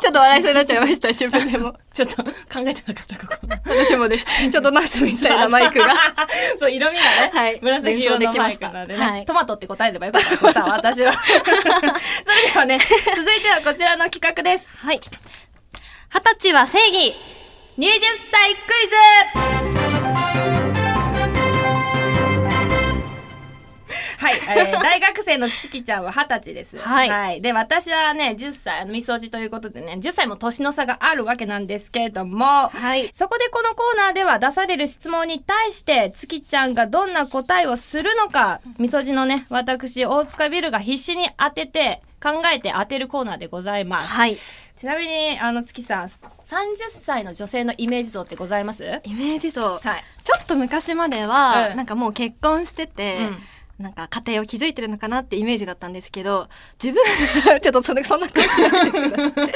[SPEAKER 2] ちょっと笑いそうになっちゃいました、自分でも。
[SPEAKER 1] ちょっと考えてなかった、ここ。
[SPEAKER 2] 私も です。ちょっとナスみたいなマイクが。。
[SPEAKER 1] そう、色味がね、
[SPEAKER 2] はい
[SPEAKER 1] 紫色
[SPEAKER 2] 連想
[SPEAKER 1] の
[SPEAKER 2] でき
[SPEAKER 1] マ
[SPEAKER 2] ま
[SPEAKER 1] イ
[SPEAKER 2] し
[SPEAKER 1] クな
[SPEAKER 2] た
[SPEAKER 1] のでね、
[SPEAKER 2] はい
[SPEAKER 1] トマトって答えればよかったと思った、私 は。それではね、続いてはこちらの企画です。
[SPEAKER 2] はい。二十歳は正義。
[SPEAKER 1] 20歳クイズはい、 えー大学生の月ちゃんは二十歳です。
[SPEAKER 2] はい
[SPEAKER 1] で、私はね、10歳、あの、みそじということでね、10歳も年の差があるわけなんですけれども、
[SPEAKER 2] はい
[SPEAKER 1] そこでこのコーナーでは出される質問に対して、月ちゃんがどんな答えをするのか、みそじのね、私、大塚ビルが必死に当てて、考えて当てるコーナーでございます。
[SPEAKER 2] はい。
[SPEAKER 1] ちなみに、あの、月さん、30歳の女性のイメージ像ってございますはい。
[SPEAKER 2] イメージ像。ちょっと昔までは、
[SPEAKER 1] うん
[SPEAKER 2] なんかもう結婚してて、
[SPEAKER 1] うん
[SPEAKER 2] なんか家庭を築いてるのかなってイメージだったんですけど、自分、ち ょっとそんな、そんな感じじゃないですけど ち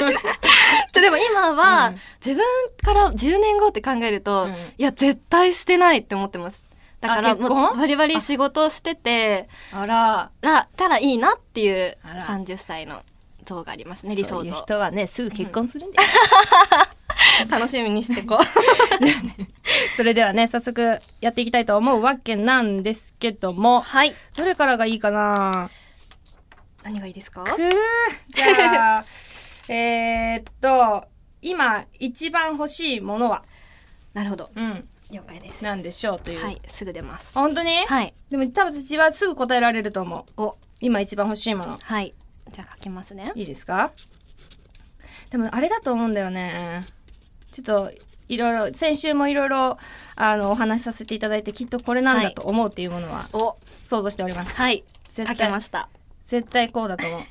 [SPEAKER 2] ょでも今は、
[SPEAKER 1] うん
[SPEAKER 2] 自分から10年後って考えると、
[SPEAKER 1] うん
[SPEAKER 2] いや、絶対してないって思ってます。だから、
[SPEAKER 1] あ結
[SPEAKER 2] も
[SPEAKER 1] 婚
[SPEAKER 2] うバリバリ仕事をしてて、
[SPEAKER 1] あら、
[SPEAKER 2] ら、たらいいなっていう
[SPEAKER 1] あら
[SPEAKER 2] 30歳の像がありますね、理
[SPEAKER 1] そ
[SPEAKER 2] 想
[SPEAKER 1] ういう
[SPEAKER 2] 像。
[SPEAKER 1] 人はね、すぐ結婚するんです。
[SPEAKER 2] 楽しみにしてこう。
[SPEAKER 1] それではね、早速やっていきたいと思うわけなんですけど も、
[SPEAKER 2] はい。
[SPEAKER 1] どれからがいいかな
[SPEAKER 2] 何がいいですか
[SPEAKER 1] くーじゃ あ、えーっと、今一番欲しいものは、
[SPEAKER 2] なるほど。
[SPEAKER 1] うん、
[SPEAKER 2] 了解です。
[SPEAKER 1] なんでしょうという。
[SPEAKER 2] はい、すぐ出ます。
[SPEAKER 1] 本当に、
[SPEAKER 2] はい。
[SPEAKER 1] でも多分私はすぐ答えられると思う。
[SPEAKER 2] お、
[SPEAKER 1] 今一番欲しいもの。
[SPEAKER 2] はい。じゃあ書きますね。
[SPEAKER 1] いいですかでもあれだと思うんだよね。ちょっといろいろ、先週もいろいろあのお話しさせていただいて、きっとこれなんだと思うっていうものは
[SPEAKER 2] お、
[SPEAKER 1] 想像しております。
[SPEAKER 2] はい。書
[SPEAKER 1] 絶対
[SPEAKER 2] きました。
[SPEAKER 1] 絶対こうだと思う。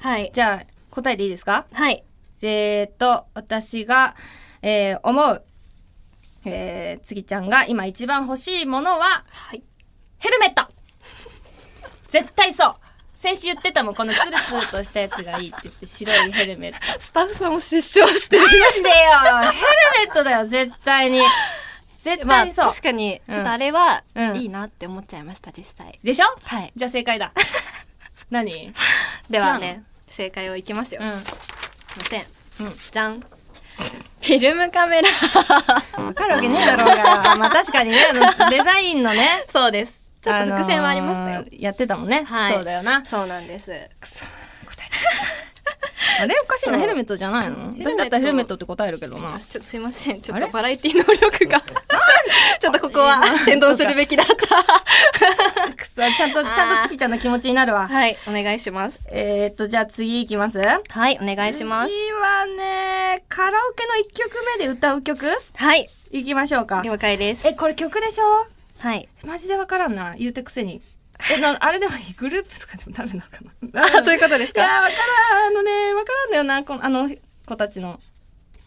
[SPEAKER 2] はい。
[SPEAKER 1] じゃあ答えていいですか
[SPEAKER 2] はい。
[SPEAKER 1] えー、っと、私が、えー思う、えー、つぎちゃんが今一番欲しいものは、
[SPEAKER 2] はい。
[SPEAKER 1] ヘルメット絶対そう先週言ってたもん、このツルツルとしたやつがいいって言って、白いヘルメット。
[SPEAKER 2] スタッフさんも失笑してる。
[SPEAKER 1] なんでよヘルメットだよ、絶対 に。絶
[SPEAKER 2] ま
[SPEAKER 1] 対
[SPEAKER 2] あ、
[SPEAKER 1] にそう。
[SPEAKER 2] 確かに、
[SPEAKER 1] うん
[SPEAKER 2] ちょっとあれは
[SPEAKER 1] うん、
[SPEAKER 2] いいなって思っちゃいました、実際。
[SPEAKER 1] でしょ
[SPEAKER 2] はい。
[SPEAKER 1] じゃあ正 解だ。何
[SPEAKER 2] ではね、正解をいきますよ。
[SPEAKER 1] う
[SPEAKER 2] すいません。
[SPEAKER 1] ん。うん。
[SPEAKER 2] じゃん。フィルムカメラ。
[SPEAKER 1] わかるわけねえだろう が。まあ確かにね、あのデザインのね。
[SPEAKER 2] そうです。ちょっと伏線はありました
[SPEAKER 1] あの
[SPEAKER 2] よ。
[SPEAKER 1] ーやってたもんね。
[SPEAKER 2] はい
[SPEAKER 1] そうだよな。
[SPEAKER 2] そうなんです。
[SPEAKER 1] あれおかしい
[SPEAKER 2] そ
[SPEAKER 1] な
[SPEAKER 2] う
[SPEAKER 1] ヘルメットじゃないの
[SPEAKER 2] ヘルメット
[SPEAKER 1] 私だったらヘルメットって答えるけどな
[SPEAKER 2] あちょっとすいません。ちょっ
[SPEAKER 1] あ
[SPEAKER 2] と
[SPEAKER 1] れ
[SPEAKER 2] バラエティ能力が。 ちょっとここは変動するべきだった。
[SPEAKER 1] くそちゃんと
[SPEAKER 2] あー
[SPEAKER 1] ちゃんと月ちゃんの気持ちになるわ
[SPEAKER 2] はい、お願いします。
[SPEAKER 1] えー、っとじゃあ次いきますお願
[SPEAKER 2] はい、お願いします。
[SPEAKER 1] 次はねカラオケの1曲目で歌う曲
[SPEAKER 2] はい、
[SPEAKER 1] いきましょうか
[SPEAKER 2] 了解です
[SPEAKER 1] え。これ曲でしょ
[SPEAKER 2] はい。
[SPEAKER 1] マジでわからんな言うてくせにえなあれでもいいグループとかでもなるのかな
[SPEAKER 2] あそういうことです
[SPEAKER 1] い
[SPEAKER 2] か
[SPEAKER 1] やーわからんあのねわからんだよなこのあの子たちの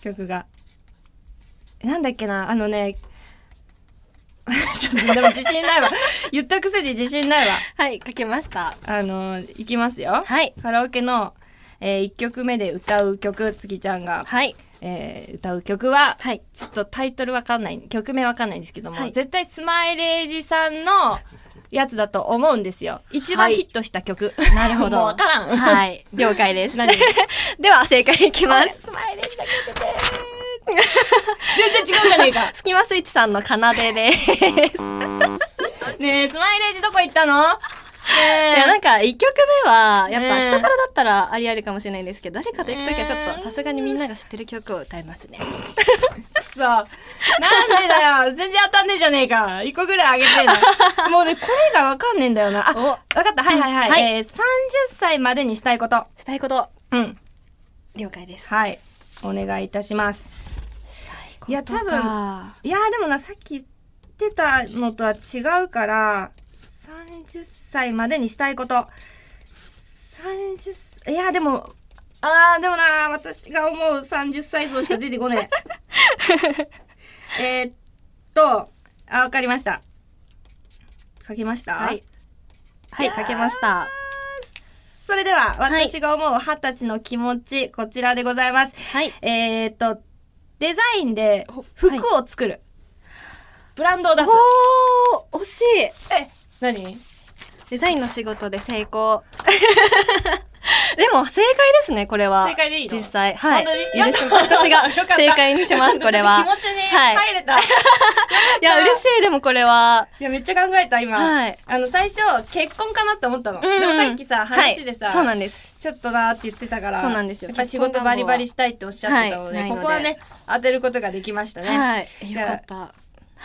[SPEAKER 1] 曲がえなんだっけなあのね ちょっとでも自信ないわ言ったくせに自信ないわ
[SPEAKER 2] はい、書けました。
[SPEAKER 1] あのいきますよ、
[SPEAKER 2] はい。
[SPEAKER 1] カラオケの、え1曲目で歌う曲つきちゃんが、
[SPEAKER 2] はい。
[SPEAKER 1] えー歌う曲は、
[SPEAKER 2] はい。
[SPEAKER 1] ちょっとタイトルわかんない曲名わかんないんですけども、
[SPEAKER 2] はい
[SPEAKER 1] 絶対スマイレージさんのやつだと思うんですよ一番
[SPEAKER 2] はい
[SPEAKER 1] ヒットした曲、
[SPEAKER 2] なるほど。
[SPEAKER 1] もうわからん
[SPEAKER 2] はい。了解です。
[SPEAKER 1] 何
[SPEAKER 2] では、正解いきます。
[SPEAKER 1] スマイレージだけ言ってて全然違うじゃねえか
[SPEAKER 2] スキマスイッチさんの奏でです。い
[SPEAKER 1] ねえスマイレージどこ行ったのねえ
[SPEAKER 2] や、なんか、一曲目は、やっぱ
[SPEAKER 1] ねえ
[SPEAKER 2] 人からだったらありありかもしれないんですけど、誰かと行くときはちょっと、さすがにみんなが知ってる曲を歌いますね。
[SPEAKER 1] くそなんでだよ全然当たんねえじゃねえか一個ぐらいあげてえのもうねこれがわかんねえんだよなあ
[SPEAKER 2] お
[SPEAKER 1] わかったはいはいはい、
[SPEAKER 2] はい
[SPEAKER 1] えー、30歳までにしたいこと
[SPEAKER 2] したいこと、
[SPEAKER 1] うん
[SPEAKER 2] 了解です。
[SPEAKER 1] はいお願いいたしますいや多分
[SPEAKER 2] 分。
[SPEAKER 1] いやーでもなさっき言ってたのとは違うから30歳までにしたいこと30歳いやーでもあーでもなー私が思う30歳像しか出てこね ええーっとあわかりました書きました、
[SPEAKER 2] はい。はい、書けました。
[SPEAKER 1] それでは
[SPEAKER 2] はい
[SPEAKER 1] 私が思う二十歳の気持ち、こちらでございます
[SPEAKER 2] はい。
[SPEAKER 1] えー、っとデザインで
[SPEAKER 2] お
[SPEAKER 1] 服を作る、ブランドを出す
[SPEAKER 2] おー惜しい
[SPEAKER 1] え何
[SPEAKER 2] デザインの仕事で成功。 でも、正解ですね、これは。
[SPEAKER 1] 正解でいいの
[SPEAKER 2] 実際。はい。
[SPEAKER 1] 本当
[SPEAKER 2] 許
[SPEAKER 1] に
[SPEAKER 2] し私が
[SPEAKER 1] よかった
[SPEAKER 2] 正解にします、こ れ
[SPEAKER 1] ちょ
[SPEAKER 2] は
[SPEAKER 1] っ。と気持ちに
[SPEAKER 2] はい
[SPEAKER 1] 入れた。い、
[SPEAKER 2] いや、嬉しい、でもこれは。
[SPEAKER 1] や、めっちゃ考えた、今。
[SPEAKER 2] はい
[SPEAKER 1] あの、最初、結婚かなって思ったの。
[SPEAKER 2] うんうん
[SPEAKER 1] でもさっきさ、話でさ、
[SPEAKER 2] はいそうなんです。
[SPEAKER 1] ちょっとなーって言ってたから、
[SPEAKER 2] そうなんですよ
[SPEAKER 1] やっぱ仕事バリバリしたいっておっしゃってたので、
[SPEAKER 2] はいない
[SPEAKER 1] こ
[SPEAKER 2] ので
[SPEAKER 1] こはね、当てることができましたね。
[SPEAKER 2] はい。
[SPEAKER 1] じ
[SPEAKER 2] よ
[SPEAKER 1] ゃあ
[SPEAKER 2] かった。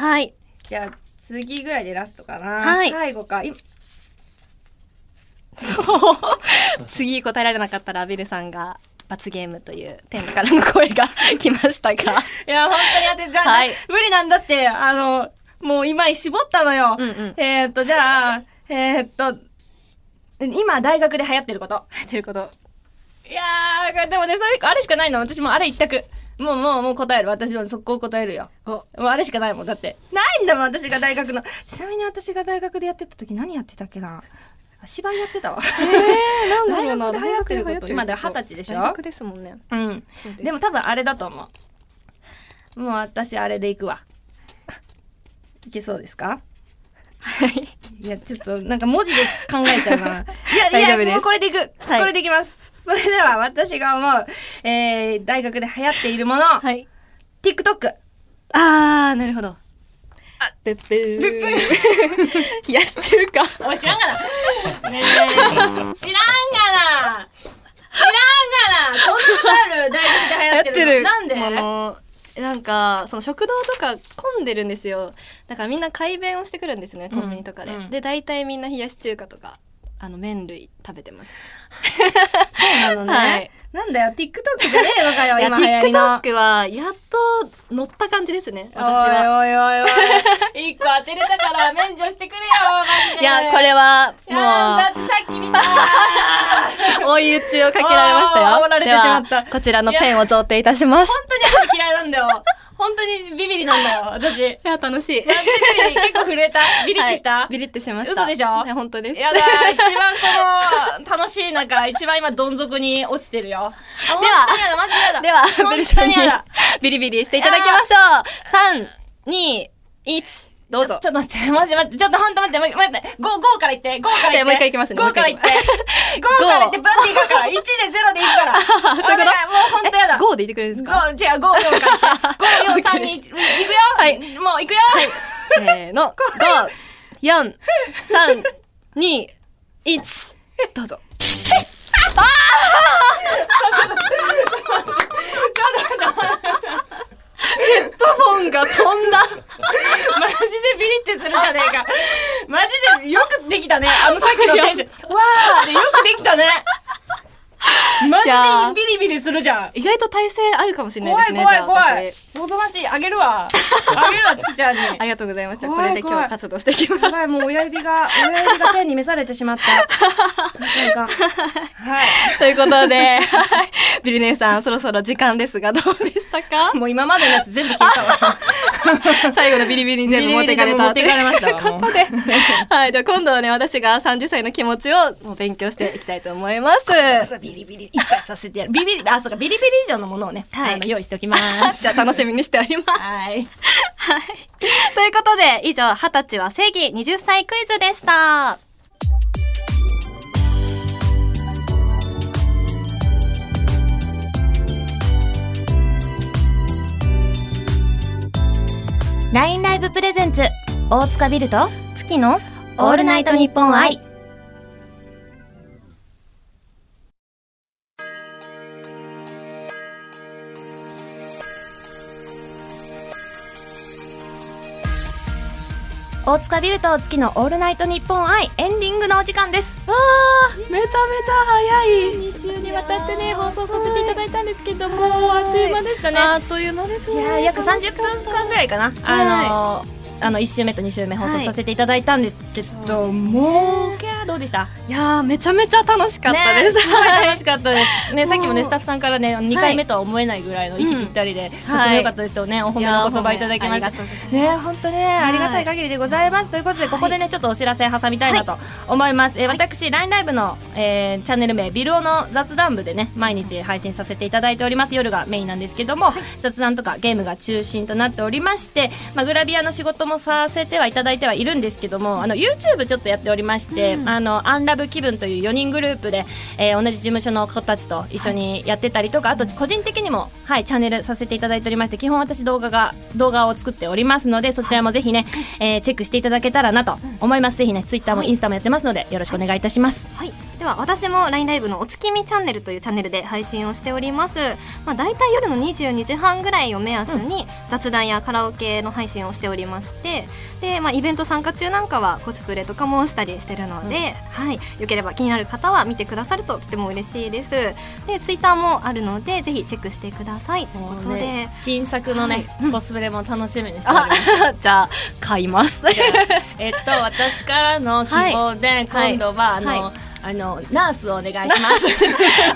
[SPEAKER 2] はい。
[SPEAKER 1] じゃあ、次ぐらいでラストかな。
[SPEAKER 2] はい
[SPEAKER 1] 最後か。い
[SPEAKER 2] 次答えられなかったら、ビルさんが罰ゲームという天からの声が来ました が。
[SPEAKER 1] いや、本当に当てた、
[SPEAKER 2] はい
[SPEAKER 1] 無理なんだって、あの、もう今絞ったのよ。
[SPEAKER 2] うんうん
[SPEAKER 1] えー、っと、じゃあ、えー、っと、今大学で流行ってること
[SPEAKER 2] 入ってること。
[SPEAKER 1] いやーこれでもねそれあれしかないの私もうあれ一択もうもうもう答える私も速攻答えるよ
[SPEAKER 2] お、
[SPEAKER 1] もうあれしかないもんだってないんだもん私が大学の ちなみに私が大学でやってた時何やってたっけな芝居やってたわ
[SPEAKER 2] えー、なんだろうな。
[SPEAKER 1] 大学で流行ってること今では二十歳でしょ
[SPEAKER 2] 大学ですもんね。
[SPEAKER 1] うん
[SPEAKER 2] そうです
[SPEAKER 1] でも多分あれだと思うもう私あれでいくわ いけそうですかはいいやちょっとなんか文字で考えちゃう ないや
[SPEAKER 2] 大丈夫で
[SPEAKER 1] い
[SPEAKER 2] す
[SPEAKER 1] やもうこれでいく、
[SPEAKER 2] はい
[SPEAKER 1] これでいきますそれでは私が思う、えー、大学で流行っているもの、
[SPEAKER 2] はい。
[SPEAKER 1] TikTok
[SPEAKER 2] あー、なるほど。あ、ぺっぺー。冷 やしてるか。
[SPEAKER 1] おい知らんが なねえ知らんがな知らんがなそんなのある大学で流行って るのなんで
[SPEAKER 2] あのなんかその食堂とか混んでるんですよだからみんな改弁をしてくるんですねコンビニとかで、
[SPEAKER 1] うんうん
[SPEAKER 2] で大体みんな冷やし中華とかあの麺類食べてます
[SPEAKER 1] なのね、
[SPEAKER 2] はい
[SPEAKER 1] なんだよ TikTok でねえのかよ
[SPEAKER 2] いや
[SPEAKER 1] 今流行りの
[SPEAKER 2] TikTok はやっと乗った感じですね私は
[SPEAKER 1] おいおいおいおい 一個当てれたから免除してくれよマジで
[SPEAKER 2] いやこれは
[SPEAKER 1] やだっ
[SPEAKER 2] も
[SPEAKER 1] てさっき見た
[SPEAKER 2] う追い打ちをかけられましたよ
[SPEAKER 1] あー煽られてしまった
[SPEAKER 2] ではこちらのペンを贈呈いたします
[SPEAKER 1] 本当に私嫌いなんだよ本当にビビリなんだよ私ビ
[SPEAKER 2] いや楽しい
[SPEAKER 1] ビリ結構震えた ビリってした、
[SPEAKER 2] はいビリってしました
[SPEAKER 1] 嘘でしょ
[SPEAKER 2] いや本当です
[SPEAKER 1] やだー一番この楽しい中一番今どん底に落ちてるよで
[SPEAKER 2] では
[SPEAKER 1] やだマジでやだ
[SPEAKER 2] では、ベル
[SPEAKER 1] 本
[SPEAKER 2] さ
[SPEAKER 1] 当
[SPEAKER 2] んに
[SPEAKER 1] にやだ
[SPEAKER 2] ビリビリしていただきましょう。3、2、1、どうぞ。
[SPEAKER 1] ちょっと待って、 待って、待って、ちょっと本当待って、待って、待って、5、5からいって、5からいって。
[SPEAKER 2] もう一回いきますね
[SPEAKER 1] 5からいって。
[SPEAKER 2] もう
[SPEAKER 1] 5から いって、バンっていくから。1で0でいくか ら。そうい
[SPEAKER 2] こ
[SPEAKER 1] う
[SPEAKER 2] と
[SPEAKER 1] もう本当やだ。
[SPEAKER 2] え ?5 で言ってくれるんですか
[SPEAKER 1] 5、違う、5、4からいって。5、4、3、2、い くよ。はい。もういくよ。はい。
[SPEAKER 2] せーの、5、4、3、2、1、どうぞ。ヘッドホンが飛んだ。
[SPEAKER 1] マジでビリってするじゃねえか。マジでよくできたね。あのさっきの テンション。わーでよくできたね。マ
[SPEAKER 2] いやー
[SPEAKER 1] ジでビリビリするじゃん。
[SPEAKER 2] 意外と体勢あるかもしれない
[SPEAKER 1] 怖
[SPEAKER 2] です
[SPEAKER 1] い
[SPEAKER 2] ね。
[SPEAKER 1] 怖い怖
[SPEAKER 2] じゃあ
[SPEAKER 1] い
[SPEAKER 2] 私。
[SPEAKER 1] おとなしい。あげるわ。あげるわ、つきちゃんに。
[SPEAKER 2] ありがとうございました。こ
[SPEAKER 1] 怖い
[SPEAKER 2] れで今日は活動していきます。
[SPEAKER 1] やばい、もう親指が、親指が天に召されてしまった。なんか、はい。
[SPEAKER 2] ということで、 はいビル姉さん、そろそろ時間ですが、どうでしたか
[SPEAKER 1] もう今までのやつ全部消えた わ。
[SPEAKER 2] 最後のビリビリに全部持ってかれた
[SPEAKER 1] ビリビリでも持ってかれました わ
[SPEAKER 2] ということで、はい、じゃあ今度はね、私が30歳の気持ちをもう勉強していきたいと思います。
[SPEAKER 1] ビリビリ、一回させてやる。ビビリ、あ、そうか、ビリビリ以上のものをね、
[SPEAKER 2] はい
[SPEAKER 1] あの用意しておき ます。
[SPEAKER 2] じゃあ楽しみにしております。
[SPEAKER 1] はい。
[SPEAKER 2] ということで、以上、二十歳は正義20歳クイズでした。
[SPEAKER 3] LINE ライブプレゼンツ大塚ビルと
[SPEAKER 2] 月の
[SPEAKER 3] オールナイトニッポン愛
[SPEAKER 1] 大塚ビルと月のオールナイトニッポン愛エンディングのお時間です。
[SPEAKER 2] わー、めちゃめちゃ早い。
[SPEAKER 1] 2週にわたってね、放送させていただいたんですけども、あっという間でしたね。
[SPEAKER 2] あっという間です
[SPEAKER 1] い
[SPEAKER 2] ね。
[SPEAKER 1] やー約30分間ぐらいかな、あのーあの1週目と2週目放送させていただいたんですけど、
[SPEAKER 2] はい
[SPEAKER 1] もういやーどうでした
[SPEAKER 2] いやー、めちゃめちゃ楽しかった
[SPEAKER 1] ね
[SPEAKER 2] です。
[SPEAKER 1] すごい楽しかったです、ね、
[SPEAKER 2] もう
[SPEAKER 1] さっきもねスタッフさんからね2回目とは思えないぐらいの息ぴったりで、とっても良かったですとねお褒めのお言葉いただきま
[SPEAKER 2] いやー
[SPEAKER 1] し
[SPEAKER 2] あ
[SPEAKER 1] た
[SPEAKER 2] りがとうございます
[SPEAKER 1] ね本当ねありがたい限りでございますということでここでねちょっとお知らせ挟みたいなと思います、えー私 LINE ライブの、えーチャンネル名ビルオの雑談部でね毎日配信させていただいております夜がメインなんですけども、雑談とかゲームが中心となっておりまして、まあ、グラビアの仕事もさせてはいただいてはいるんですけどもあの YouTube ちょっとやっておりまして、あのアンラブ気分という4人グループで、えー同じ事務所の子たちと一緒にやってたりとか、あと個人的にも、はい、チャンネルさせていただいておりまして基本私動画が動画を作っておりますのでそちらもぜひね、えーチェックしていただけたらなと思います、ぜひね Twitter もインスタもやってますのでよろしくお願いいたします、
[SPEAKER 2] はい、では私も LINE ライブのお月見チャンネルというチャンネルで配信をしております、まあ、大体夜の22時半ぐらいを目安に雑談やカラオケの配信をしておりましてで、まあ、イベント参加中なんかはコスプレとかもしたりしてるので、はい、よければ気になる方は見てくださるととても嬉しいですでツイッターもあるのでぜひチェックしてくださいということで、
[SPEAKER 1] 新作のね、コスプレも楽しみにしておりま
[SPEAKER 2] あ
[SPEAKER 1] す
[SPEAKER 2] じゃあ買います
[SPEAKER 1] えっと私からの希望で、
[SPEAKER 2] はい
[SPEAKER 1] 今度はあの、
[SPEAKER 2] は
[SPEAKER 1] あのナースをお願いします。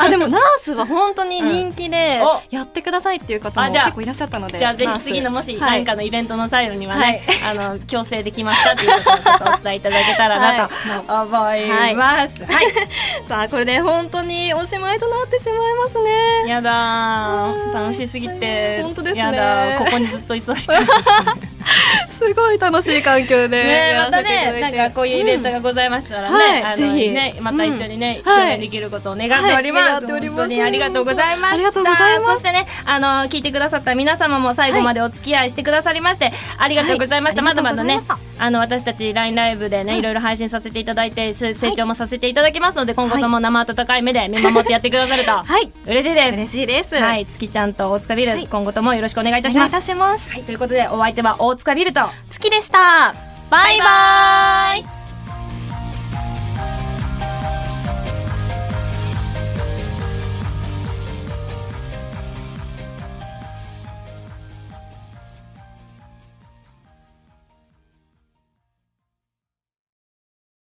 [SPEAKER 2] あでもナースは本当に人気で
[SPEAKER 1] うんお、
[SPEAKER 2] やってくださいっていう方も
[SPEAKER 1] あじゃあ
[SPEAKER 2] 結構いらっしゃったので
[SPEAKER 1] じゃあぜ
[SPEAKER 2] ナー
[SPEAKER 1] ひ
[SPEAKER 2] ス
[SPEAKER 1] 次のもし
[SPEAKER 2] は
[SPEAKER 1] 何
[SPEAKER 2] い
[SPEAKER 1] かのイベントの際にはね、あの強制できましたっていうことをちょっとお伝えいただけたらなと
[SPEAKER 2] はいもう
[SPEAKER 1] 思います。はい、
[SPEAKER 2] さあこれで本当におしまいとなってしまいますね
[SPEAKER 1] やだ
[SPEAKER 2] は
[SPEAKER 1] ー
[SPEAKER 2] い
[SPEAKER 1] 楽しすぎ
[SPEAKER 2] 大
[SPEAKER 1] て
[SPEAKER 2] 変本当ですね
[SPEAKER 1] やだーここにずっと居座りたいです
[SPEAKER 2] すごい楽しい環境で
[SPEAKER 1] ね
[SPEAKER 2] や
[SPEAKER 1] ま
[SPEAKER 2] ら
[SPEAKER 1] た
[SPEAKER 2] せていただい
[SPEAKER 1] ね
[SPEAKER 2] て
[SPEAKER 1] なんかこういうイベントがございましたらね、
[SPEAKER 2] はい
[SPEAKER 1] あの
[SPEAKER 2] ぜひ
[SPEAKER 1] ねまた一緒にね、
[SPEAKER 2] うん
[SPEAKER 1] 共演できることを願っておりま
[SPEAKER 2] はい
[SPEAKER 1] す,、
[SPEAKER 2] 願っております
[SPEAKER 1] 本当にありがとうございました
[SPEAKER 2] ありがとうございます
[SPEAKER 1] そしてねあの聞いてくださった皆様も最後までお付き合いしてくださりまして、ありがとうございました、
[SPEAKER 2] はい
[SPEAKER 1] まだまだ
[SPEAKER 2] あ
[SPEAKER 1] ね
[SPEAKER 2] りがとうござい
[SPEAKER 1] あの私たち LINE ライブでね、いろいろ配信させていただいてし成長もさせていただきますので今後とも生温かい目で見守ってやってくださると、
[SPEAKER 2] はい
[SPEAKER 1] 嬉しいです
[SPEAKER 2] 嬉しいです
[SPEAKER 1] はい、月ちゃんと大塚ビル、
[SPEAKER 2] はい
[SPEAKER 1] 今後ともよろしくお願いい
[SPEAKER 2] お
[SPEAKER 1] たし
[SPEAKER 2] 願い
[SPEAKER 1] ま
[SPEAKER 2] い
[SPEAKER 1] す。は
[SPEAKER 2] たします
[SPEAKER 1] い、ということでお相手は大塚ビルと
[SPEAKER 2] 月でしたバイバイ